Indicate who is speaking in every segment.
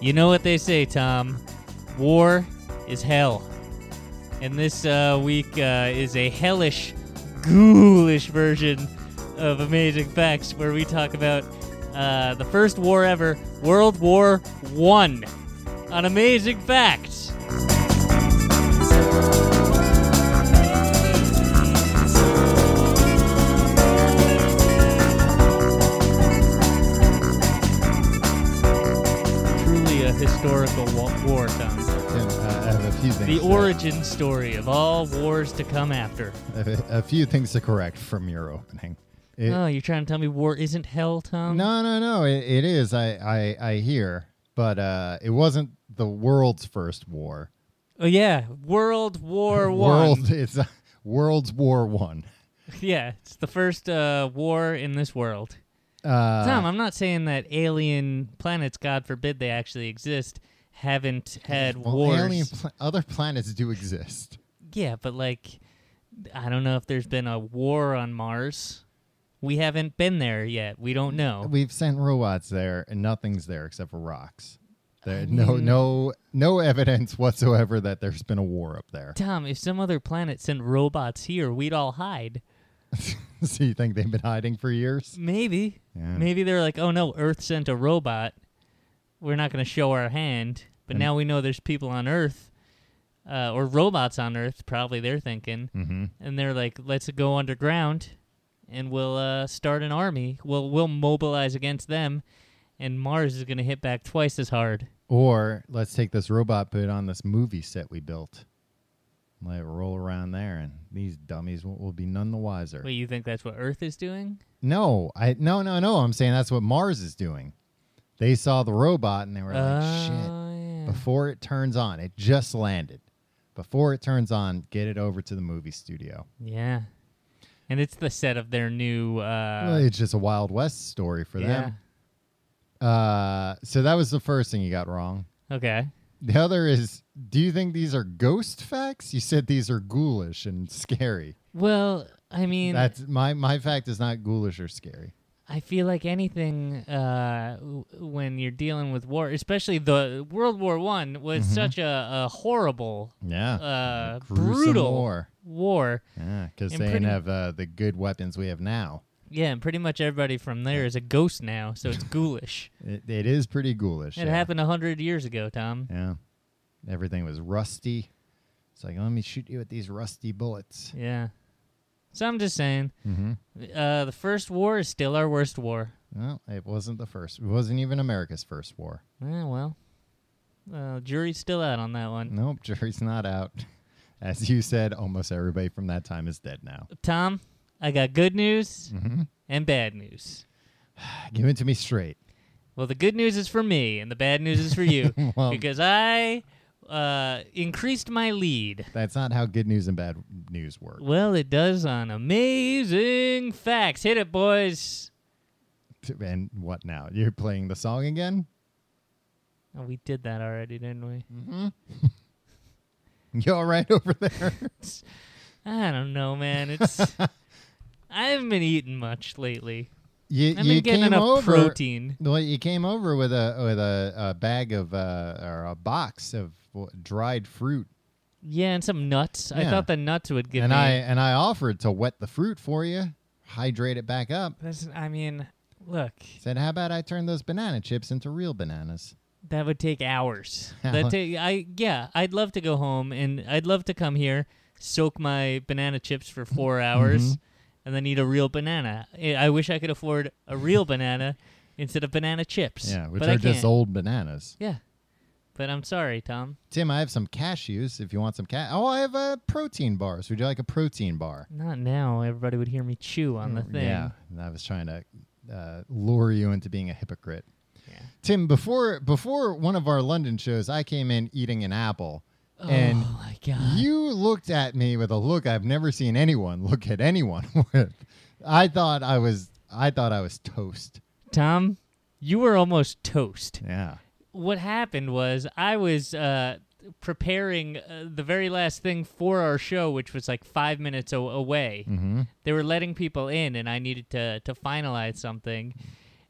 Speaker 1: You know what they say, Tom. War is hell. And this uh, week uh, is a hellish, ghoulish version of Amazing Facts where we talk about uh, the first war ever, World War One, on Amazing Facts. Truly a historical wa- war, Tom.
Speaker 2: Tim, I I have a few things.
Speaker 1: The
Speaker 2: to-
Speaker 1: origin story of all wars to come after.
Speaker 2: I have a, a few things to correct from your opening. It-
Speaker 1: oh, you're trying to tell me war isn't hell, Tom?
Speaker 2: No, no, no. It, it is. I, I, I hear, but uh, it wasn't the world's first war.
Speaker 1: Oh yeah, World War One.
Speaker 2: World. It's a, World's War One.
Speaker 1: Yeah, it's the first uh, war in this world.
Speaker 2: Uh,
Speaker 1: Tom, I'm not saying that alien planets, God forbid they actually exist, haven't had
Speaker 2: well,
Speaker 1: wars.
Speaker 2: alien pla- other planets do exist.
Speaker 1: Yeah, but like, I don't know if there's been a war on Mars. We haven't been there yet. We don't know.
Speaker 2: We've sent robots there, and nothing's there except for rocks. There, no, no, no evidence whatsoever that there's been a war up there.
Speaker 1: Tom, if some other planet sent robots here, we'd all hide.
Speaker 2: so you think they've been hiding for years?
Speaker 1: Maybe.
Speaker 2: Yeah.
Speaker 1: Maybe they're like, oh no, Earth sent a robot. We're not going to show our hand. But
Speaker 2: And-
Speaker 1: now we know there's people on Earth, uh, or robots on Earth, probably they're thinking.
Speaker 2: Mm-hmm.
Speaker 1: And they're like, let's go underground and we'll uh, start an army. We'll, we'll mobilize against them. And Mars is going to hit back twice as hard.
Speaker 2: Or let's take this robot, put it on this movie set we built, let it roll around there, and these dummies will, will be none the wiser.
Speaker 1: Wait, you think that's what Earth is doing?
Speaker 2: No, I no no no. I'm saying that's what Mars is doing. They saw the robot and they were like,
Speaker 1: Ah.
Speaker 2: "Shit!"
Speaker 1: Oh, yeah.
Speaker 2: Before it turns on, it just landed. Before it turns on, get it over to the movie studio.
Speaker 1: Yeah. And it's the set of their new.
Speaker 2: Well,
Speaker 1: Uh,
Speaker 2: it's just a Wild West story for
Speaker 1: yeah.
Speaker 2: them. Uh, so that was the first thing you got wrong.
Speaker 1: Okay.
Speaker 2: The other is, do you think these are ghost facts? You said these are ghoulish and scary.
Speaker 1: Well, I mean,
Speaker 2: That's my my fact is not ghoulish or scary.
Speaker 1: I feel like anything uh, w- when you're dealing with war, especially the World War One, was such a, a horrible,
Speaker 2: Yeah,
Speaker 1: uh,
Speaker 2: Mm-hmm. Gruesome
Speaker 1: brutal
Speaker 2: war.
Speaker 1: war.
Speaker 2: Yeah, because they
Speaker 1: And
Speaker 2: didn't
Speaker 1: pretty-
Speaker 2: have uh, the good weapons we have now.
Speaker 1: Yeah, and pretty much everybody from there is a ghost now, so it's ghoulish.
Speaker 2: It, it is pretty ghoulish.
Speaker 1: It
Speaker 2: yeah.
Speaker 1: happened a hundred years ago, Tom.
Speaker 2: Yeah, everything was rusty. It's like let me shoot you with these rusty bullets.
Speaker 1: Yeah. So I'm just saying,
Speaker 2: Mm-hmm.
Speaker 1: uh, the first war is still our worst war.
Speaker 2: Well, it wasn't the first. It wasn't even America's first war.
Speaker 1: Eh, well, uh, jury's still out on that one.
Speaker 2: Nope, jury's not out. As you said, almost everybody from that time is dead now.
Speaker 1: Tom, I got good news
Speaker 2: Mm-hmm.
Speaker 1: and bad news.
Speaker 2: Give it to me straight.
Speaker 1: Well, the good news is for me, and the bad news is for you,
Speaker 2: Well-
Speaker 1: because I uh, increased my lead.
Speaker 2: That's not how good news and bad news work.
Speaker 1: Well, it does on amazing facts. Hit it, boys.
Speaker 2: And what now? You're playing the song again?
Speaker 1: Oh, we did that already, didn't we?
Speaker 2: You all right over there?
Speaker 1: I don't know, man. It's I haven't been eating much lately.
Speaker 2: You,
Speaker 1: I've
Speaker 2: you
Speaker 1: been getting
Speaker 2: came
Speaker 1: enough
Speaker 2: over.
Speaker 1: protein.
Speaker 2: Well, you came over with a with a, a bag of uh, or a box of w- dried fruit,
Speaker 1: Yeah, and some nuts. I
Speaker 2: Yeah.
Speaker 1: thought the nuts would give
Speaker 2: and
Speaker 1: me.
Speaker 2: I and I offered to wet the fruit for you, hydrate it back up.
Speaker 1: That's- I mean, look,
Speaker 2: Said, how about I turn those banana chips into real bananas?
Speaker 1: that would take hours. that take I yeah, I'd love to go home and I'd love to come here, soak my banana chips for 4
Speaker 2: Mm-hmm.
Speaker 1: hours and then eat a real banana. I I wish I could afford a real banana instead of banana chips.
Speaker 2: Yeah, which
Speaker 1: but
Speaker 2: are
Speaker 1: I
Speaker 2: just
Speaker 1: can't.
Speaker 2: old bananas.
Speaker 1: Yeah. But I'm sorry, Tom.
Speaker 2: Tim, I have some cashews. If you want some cat, oh, I have uh, protein bars. Would you like a protein bar?
Speaker 1: Not now. Everybody would hear me chew on the thing.
Speaker 2: Oh, Yeah, and I was trying to uh, lure you into being a hypocrite.
Speaker 1: Yeah.
Speaker 2: Tim, before before one of our London shows, I came in eating an apple,
Speaker 1: Oh
Speaker 2: and
Speaker 1: my god.
Speaker 2: you looked at me with a look I've never seen anyone look at anyone with. I thought I was I thought I was toast.
Speaker 1: Tom, you were almost toast.
Speaker 2: Yeah.
Speaker 1: what happened was I was uh, preparing uh, the very last thing for our show, which was like five minutes a- away.
Speaker 2: Mm-hmm.
Speaker 1: They were letting people in, and I needed to to finalize something.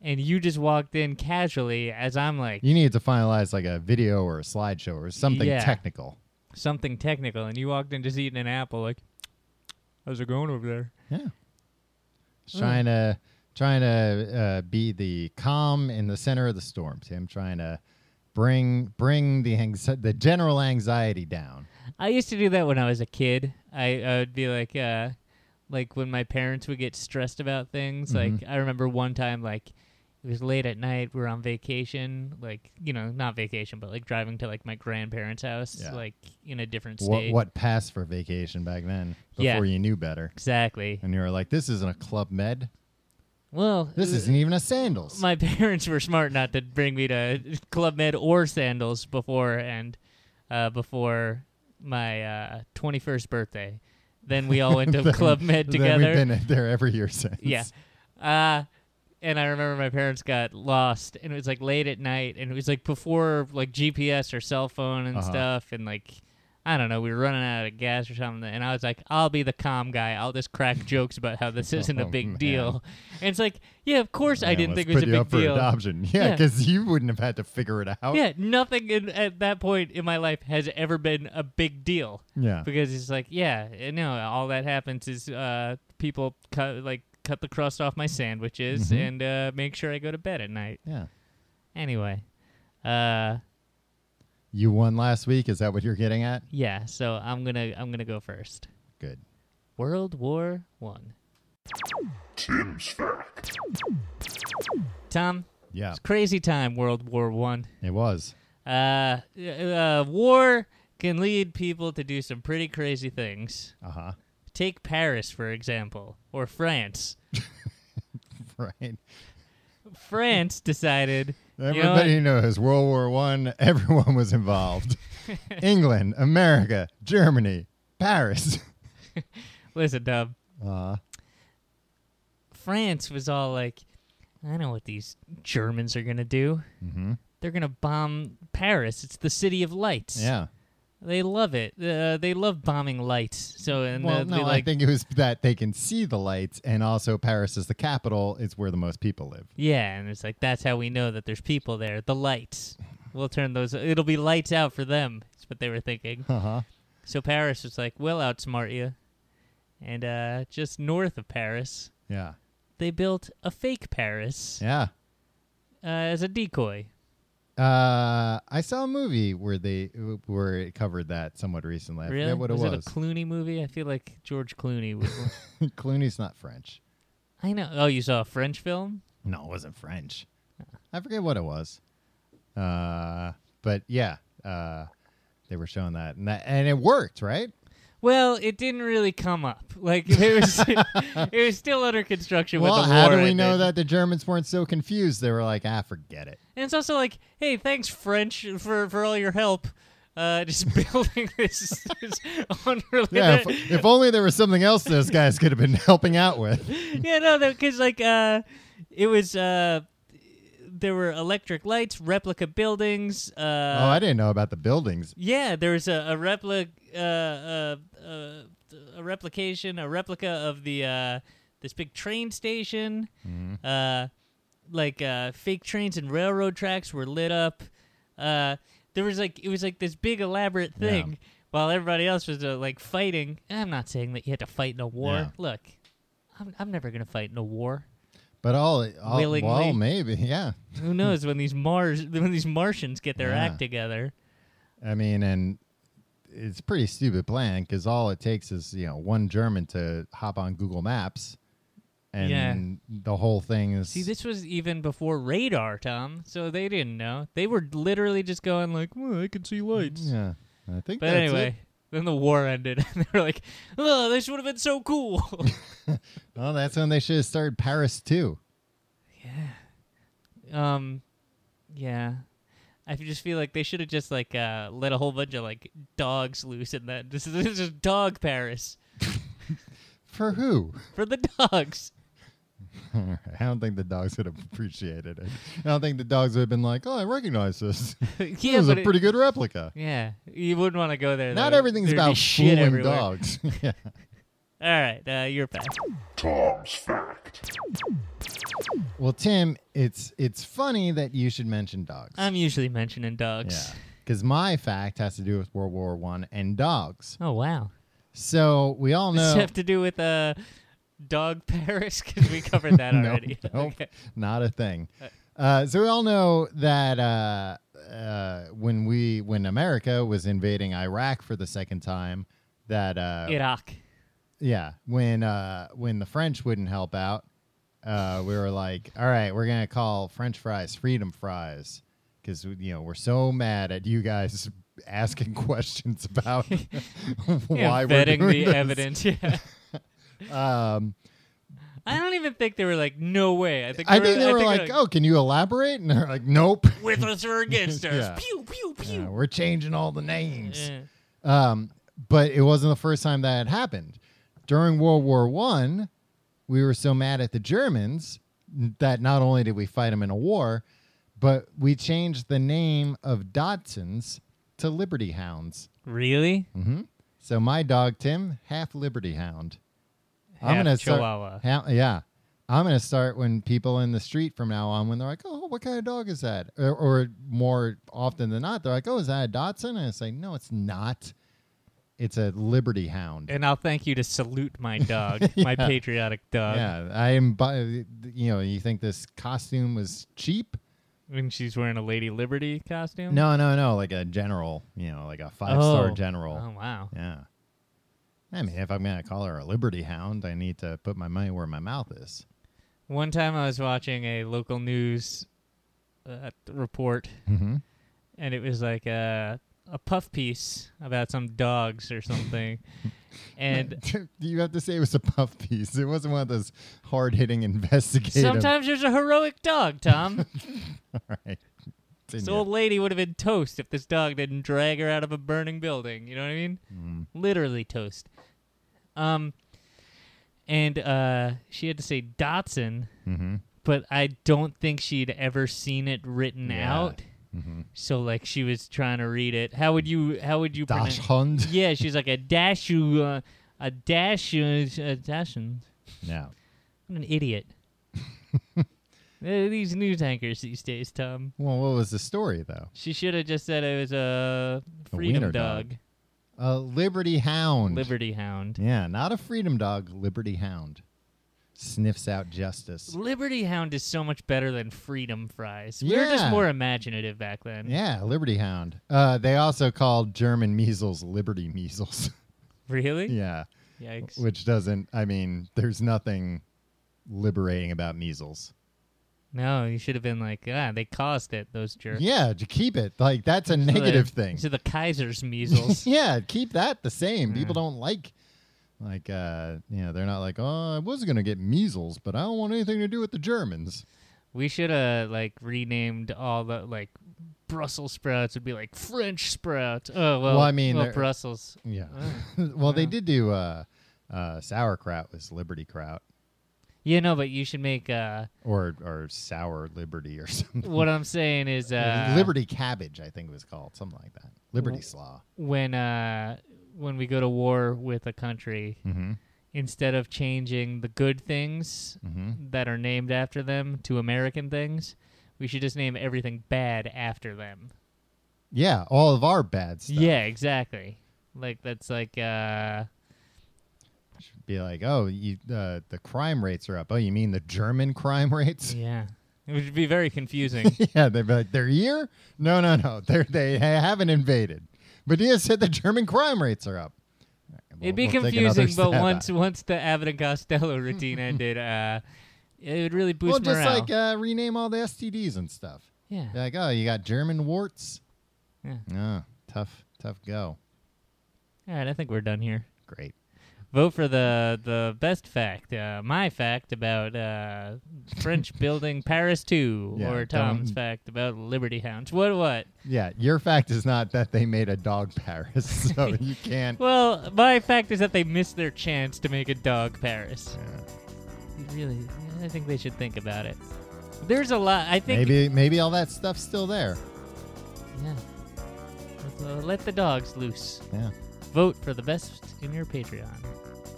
Speaker 1: and you just walked in casually as I'm like
Speaker 2: You need to finalize like a video or a slideshow or something
Speaker 1: Yeah.
Speaker 2: technical.
Speaker 1: something technical, and you walked in just eating an apple, like, how's it going over there?
Speaker 2: Yeah.
Speaker 1: Mm.
Speaker 2: Just Trying to trying to uh, be the calm in the center of the storm, Tim. Trying to bring bring the anxi- the general anxiety down.
Speaker 1: I used to do that when I was a kid. I, I would be like, uh, like when my parents would get stressed about things. Like I remember one time, like it was late at night. We were on vacation, like you know, not vacation, but like driving to like my grandparents' house,
Speaker 2: Yeah.
Speaker 1: like in a different
Speaker 2: What
Speaker 1: state.
Speaker 2: what passed for vacation back then before
Speaker 1: Yeah.
Speaker 2: you knew better,
Speaker 1: Exactly.
Speaker 2: and you were like, "This isn't a club med.
Speaker 1: Well,
Speaker 2: This isn't even a sandals."
Speaker 1: my parents were smart not to bring me to Club Med or sandals before and uh, before my uh, 21st birthday. Then we all went to
Speaker 2: Then-
Speaker 1: Club Med
Speaker 2: Then
Speaker 1: together.
Speaker 2: we've been there every year since.
Speaker 1: yeah. Uh, and I remember my parents got lost, and it was like late at night, and it was like before like GPS or cell phone and
Speaker 2: Uh-huh.
Speaker 1: stuff, and like I don't know, we were running out of gas or something, and I was like, I'll be the calm guy, I'll just crack jokes about how this isn't a
Speaker 2: Oh,
Speaker 1: big
Speaker 2: man.
Speaker 1: deal, and it's like, yeah, of course I
Speaker 2: Man,
Speaker 1: didn't
Speaker 2: let's
Speaker 1: think it was a
Speaker 2: put you
Speaker 1: big
Speaker 2: up for
Speaker 1: deal.
Speaker 2: adoption. Yeah,
Speaker 1: Yeah.
Speaker 2: because you wouldn't have had to figure it out.
Speaker 1: Yeah, nothing in, at that point in my life has ever been a big deal
Speaker 2: Yeah.
Speaker 1: because it's like, yeah, eh, no, all that happens is uh, people cut like cut the crust off my sandwiches
Speaker 2: Mhm.
Speaker 1: and uh, make sure I go to bed at night.
Speaker 2: Yeah.
Speaker 1: Anyway, uh,
Speaker 2: You won last week. Is that what you're getting at?
Speaker 1: yeah, so I'm gonna I'm gonna go first.
Speaker 2: Good.
Speaker 1: World War One.
Speaker 3: Tim's Fact.
Speaker 1: Tom,
Speaker 2: Yeah,
Speaker 1: it's crazy time. World War One.
Speaker 2: it was.
Speaker 1: Uh, uh, war can lead people to do some pretty crazy things.
Speaker 2: Uh huh.
Speaker 1: Take Paris, for example, or France.
Speaker 2: Right.
Speaker 1: France decided. you know what?
Speaker 2: Everybody knows World War One. Everyone was involved. England, America, Germany, Paris.
Speaker 1: Listen, Dub. Uh-huh.
Speaker 2: Uh,
Speaker 1: France was all like, I know what these Germans are going to do.
Speaker 2: mhm.
Speaker 1: They're going to bomb Paris. It's the city of lights.
Speaker 2: Yeah.
Speaker 1: They love it. Uh, they love bombing lights. So, and
Speaker 2: well,
Speaker 1: they'll
Speaker 2: no,
Speaker 1: be
Speaker 2: I
Speaker 1: like,
Speaker 2: think it was that they can see the lights, and also Paris is the capital. It's where the most people live.
Speaker 1: yeah. And it's like, that's how we know that there's people there. The lights. We'll turn those, it'll be lights out for them. That's what they were thinking.
Speaker 2: Uh huh.
Speaker 1: So Paris was like, we'll outsmart you. And uh, just north of Paris,
Speaker 2: Yeah.
Speaker 1: they built a fake Paris
Speaker 2: Yeah.
Speaker 1: uh, as a decoy.
Speaker 2: Uh, I saw a movie where they where it covered that somewhat recently. I
Speaker 1: Really?
Speaker 2: forget what it was.
Speaker 1: it a Clooney movie? I feel like George Clooney. Was,
Speaker 2: Clooney's not French.
Speaker 1: I know. Oh, you saw a French film?
Speaker 2: No, it wasn't French. I forget what it was. Uh, but yeah, uh, they were showing that, and that, and it worked, right?
Speaker 1: Well, it didn't really come up. Like it was, it was still under construction
Speaker 2: well,
Speaker 1: when the
Speaker 2: how
Speaker 1: war
Speaker 2: do we
Speaker 1: ended.
Speaker 2: know that the Germans weren't so confused? They were like, "Ah, forget it."
Speaker 1: And it's also like, hey, thanks French for for all your help. Uh, just building this, this unrelated.
Speaker 2: Yeah, if, if only there was something else those guys could have been helping out with.
Speaker 1: yeah, no, because like uh, it was uh, there were electric lights, replica buildings. Uh,
Speaker 2: oh, I didn't know about the buildings.
Speaker 1: Yeah, there's a a replica, uh, uh, uh, a replication, a replica of the uh, this big train station.
Speaker 2: Mm-hmm.
Speaker 1: Uh, like uh, fake trains and railroad tracks were lit up. Uh, there was like it was like this big elaborate
Speaker 2: Yeah.
Speaker 1: thing, while everybody else was uh, like fighting. And I'm not saying that you had to fight in a war.
Speaker 2: Yeah.
Speaker 1: Look, I'm I'm never gonna fight in a war.
Speaker 2: But all, all
Speaker 1: Willingly.
Speaker 2: well, maybe, yeah.
Speaker 1: Who knows when these Mars when these Martians get their
Speaker 2: Yeah.
Speaker 1: act together?
Speaker 2: I mean, and it's a pretty stupid plan because all it takes is you know one German to hop on Google Maps, and the whole thing is
Speaker 1: See, this was even before radar, Tom. So they didn't know. They were literally just going like, well, "I can see lights."
Speaker 2: Yeah, I think.
Speaker 1: But
Speaker 2: that's
Speaker 1: anyway, then the war ended, and they were like, "Oh, this would have been so cool."
Speaker 2: it. well, that's when they should have started Paris too.
Speaker 1: um, yeah. I just feel like they should have just like uh, let a whole bunch of like dogs loose in that. This is this is dog Paris
Speaker 2: For who?
Speaker 1: for the dogs.
Speaker 2: I don't think the dogs would have appreciated it. I don't think the dogs would have been like, "Oh, I recognize this.
Speaker 1: yeah,
Speaker 2: It was a
Speaker 1: but it-
Speaker 2: pretty good replica."
Speaker 1: yeah, you wouldn't want to go there.
Speaker 2: Not
Speaker 1: though.
Speaker 2: everything's
Speaker 1: There'd be
Speaker 2: about
Speaker 1: shit
Speaker 2: fooling
Speaker 1: everywhere.
Speaker 2: dogs. yeah.
Speaker 1: All right, uh, you're back.
Speaker 3: Tom's Fact.
Speaker 2: Well, Tim, it's it's funny that you should mention dogs.
Speaker 1: I'm usually mentioning dogs.
Speaker 2: yeah, because my fact has to do with World War One and dogs.
Speaker 1: Oh wow.
Speaker 2: So we all
Speaker 1: Does
Speaker 2: know.
Speaker 1: it have to do with uh, dog Paris? Because we covered that
Speaker 2: No,
Speaker 1: already.
Speaker 2: nope,
Speaker 1: Okay.
Speaker 2: not a thing. Uh, so we all know that uh, uh, when we when America was invading Iraq for the second time, that uh,
Speaker 1: Iraq.
Speaker 2: yeah, when uh, when the French wouldn't help out, uh, we were like, all right, we're gonna call French fries freedom fries because you know we're so mad at you guys asking questions about
Speaker 1: Yeah,
Speaker 2: why we're
Speaker 1: vetting the
Speaker 2: doing this.
Speaker 1: evidence. Yeah.
Speaker 2: Um,
Speaker 1: I don't even think they were like, no way. I think they
Speaker 2: I
Speaker 1: were,
Speaker 2: think they were
Speaker 1: I
Speaker 2: like,
Speaker 1: think
Speaker 2: oh, can you elaborate? And they're like, nope.
Speaker 1: with us or against us.
Speaker 2: Yeah.
Speaker 1: Pew pew
Speaker 2: Yeah,
Speaker 1: pew.
Speaker 2: we're changing all the names.
Speaker 1: Yeah.
Speaker 2: Um, but it wasn't the first time that had happened. During World War One, we were so mad at the Germans that not only did we fight them in a war, but we changed the name of Dodsons to Liberty Hounds.
Speaker 1: Really?
Speaker 2: hmm So my dog Tim, half Liberty Hound.
Speaker 1: Half
Speaker 2: start-
Speaker 1: Chihuahua.
Speaker 2: ha- yeah, I'm gonna start when people in the street from now on, when they're like, "Oh, what kind of dog is that?" Or, or more often than not, they're like, "Oh, is that a Dotson?" And I say, "No, it's not. It's a Liberty Hound."
Speaker 1: And I'll thank you to salute my dog, my patriotic dog.
Speaker 2: yeah, I am. bu- You know, you think this costume was cheap?
Speaker 1: When she's wearing a Lady Liberty costume.
Speaker 2: No, no, no. Like a general, you know, like a five
Speaker 1: Oh.
Speaker 2: star general.
Speaker 1: Oh wow.
Speaker 2: Yeah. I mean, if I'm gonna call her a Liberty Hound, I need to put my money where my mouth is.
Speaker 1: One time I was watching a local news uh, report,
Speaker 2: Mm-hmm.
Speaker 1: and it was like a a puff piece about some dogs or something, and.
Speaker 2: you have to say it was a puff piece. It wasn't one of those hard hitting investigative.
Speaker 1: Sometimes there's a heroic dog, Tom.
Speaker 2: All right.
Speaker 1: this
Speaker 2: Continue.
Speaker 1: old lady would have been toast if this dog didn't drag her out of a burning building. You know what I mean?
Speaker 2: Mm.
Speaker 1: literally toast. Um, and uh, she had to say Dotson,
Speaker 2: Mhm.
Speaker 1: but I don't think she'd ever seen it written
Speaker 2: Yeah.
Speaker 1: out.
Speaker 2: Mhm.
Speaker 1: So like she was trying to read it. How would you? How would you? pronounce-
Speaker 2: Dash Hund.
Speaker 1: Yeah, she's like a dashu, uh, a dashu, a dashin.
Speaker 2: Yeah.
Speaker 1: What an idiot. Eh, These news anchors these days, Tom.
Speaker 2: Well, what was the story though?
Speaker 1: She should have just said it was a
Speaker 2: A
Speaker 1: freedom
Speaker 2: wiener dog.
Speaker 1: dog,
Speaker 2: A Liberty Hound.
Speaker 1: liberty hound.
Speaker 2: Yeah, not a freedom dog. Liberty Hound sniffs out justice.
Speaker 1: Liberty Hound is so much better than Freedom Fries. We were just
Speaker 2: Yeah.
Speaker 1: more imaginative back then.
Speaker 2: Yeah, Liberty Hound. Uh, they also called German measles Liberty measles.
Speaker 1: Really?
Speaker 2: yeah,
Speaker 1: Yikes.
Speaker 2: which doesn't. I mean, there's nothing liberating about measles.
Speaker 1: No, you should have been like, ah, they caused it, those jerks.
Speaker 2: Yeah, to keep it like that's a
Speaker 1: So the-
Speaker 2: negative thing.
Speaker 1: So the Kaiser's measles.
Speaker 2: yeah, keep that the same. People don't like like uh you know, they're not like, "Oh, I was going to get measles, but I don't want anything to do with the Germans."
Speaker 1: we should have, like, renamed all the, like, Brussels sprouts would be like French sprouts. Oh, well,
Speaker 2: Well, I mean,
Speaker 1: well
Speaker 2: they're-
Speaker 1: Brussels.
Speaker 2: Yeah.
Speaker 1: Oh,
Speaker 2: well, they
Speaker 1: yeah.
Speaker 2: did do uh uh sauerkraut was liberty kraut
Speaker 1: Yeah, no, but you should make, uh,
Speaker 2: or or sour liberty or something.
Speaker 1: what I'm saying is, uh,
Speaker 2: liberty cabbage, I think it was called, something like that. Liberty
Speaker 1: W-
Speaker 2: slaw.
Speaker 1: when, uh, when we go to war with a country,
Speaker 2: Mhm.
Speaker 1: instead of changing the good things
Speaker 2: Mhm.
Speaker 1: that are named after them to American things, we should just name everything bad after them.
Speaker 2: Yeah, all of our bad stuff.
Speaker 1: Yeah, exactly. Like that's like uh
Speaker 2: Should Be like, "Oh, you uh, the crime rates are up." Oh, you mean the German crime rates?
Speaker 1: yeah. It would be very confusing.
Speaker 2: Yeah, they'd be like, they're here? No, no, no. They're, they ha- haven't invaded. But he said the German crime rates are up. All right, we'll-
Speaker 1: It'd be
Speaker 2: we'll take
Speaker 1: confusing,
Speaker 2: another
Speaker 1: but
Speaker 2: stab at
Speaker 1: once
Speaker 2: it.
Speaker 1: once the Abbott and Costello routine ended, uh it would really boost
Speaker 2: Well, just
Speaker 1: morale.
Speaker 2: like uh, rename all the STDs and stuff.
Speaker 1: yeah.
Speaker 2: Be like, oh, you got German warts?
Speaker 1: Yeah.
Speaker 2: Ah, tough, tough go.
Speaker 1: All right, I think we're done here.
Speaker 2: Great.
Speaker 1: Vote for the the best fact, uh, my fact about uh, French building Paris Two,
Speaker 2: Yeah,
Speaker 1: or Tom's
Speaker 2: don't-
Speaker 1: fact about Liberty Hounds. What what?
Speaker 2: Yeah, your fact is not that they made a dog Paris, so you can't.
Speaker 1: Well, my fact is that they missed their chance to make a dog Paris.
Speaker 2: Yeah.
Speaker 1: Really, I think they should think about it. There's a lot. I think.
Speaker 2: Maybe, maybe all that stuff's still there.
Speaker 1: Yeah. uh, Let the- let the dogs loose.
Speaker 2: Yeah.
Speaker 1: Vote for the best in your Patreon.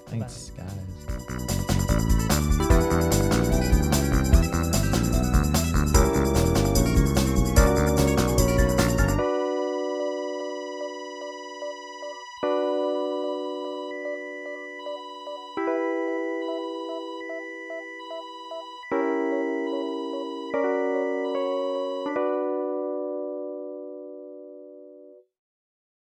Speaker 2: Thanks, guys.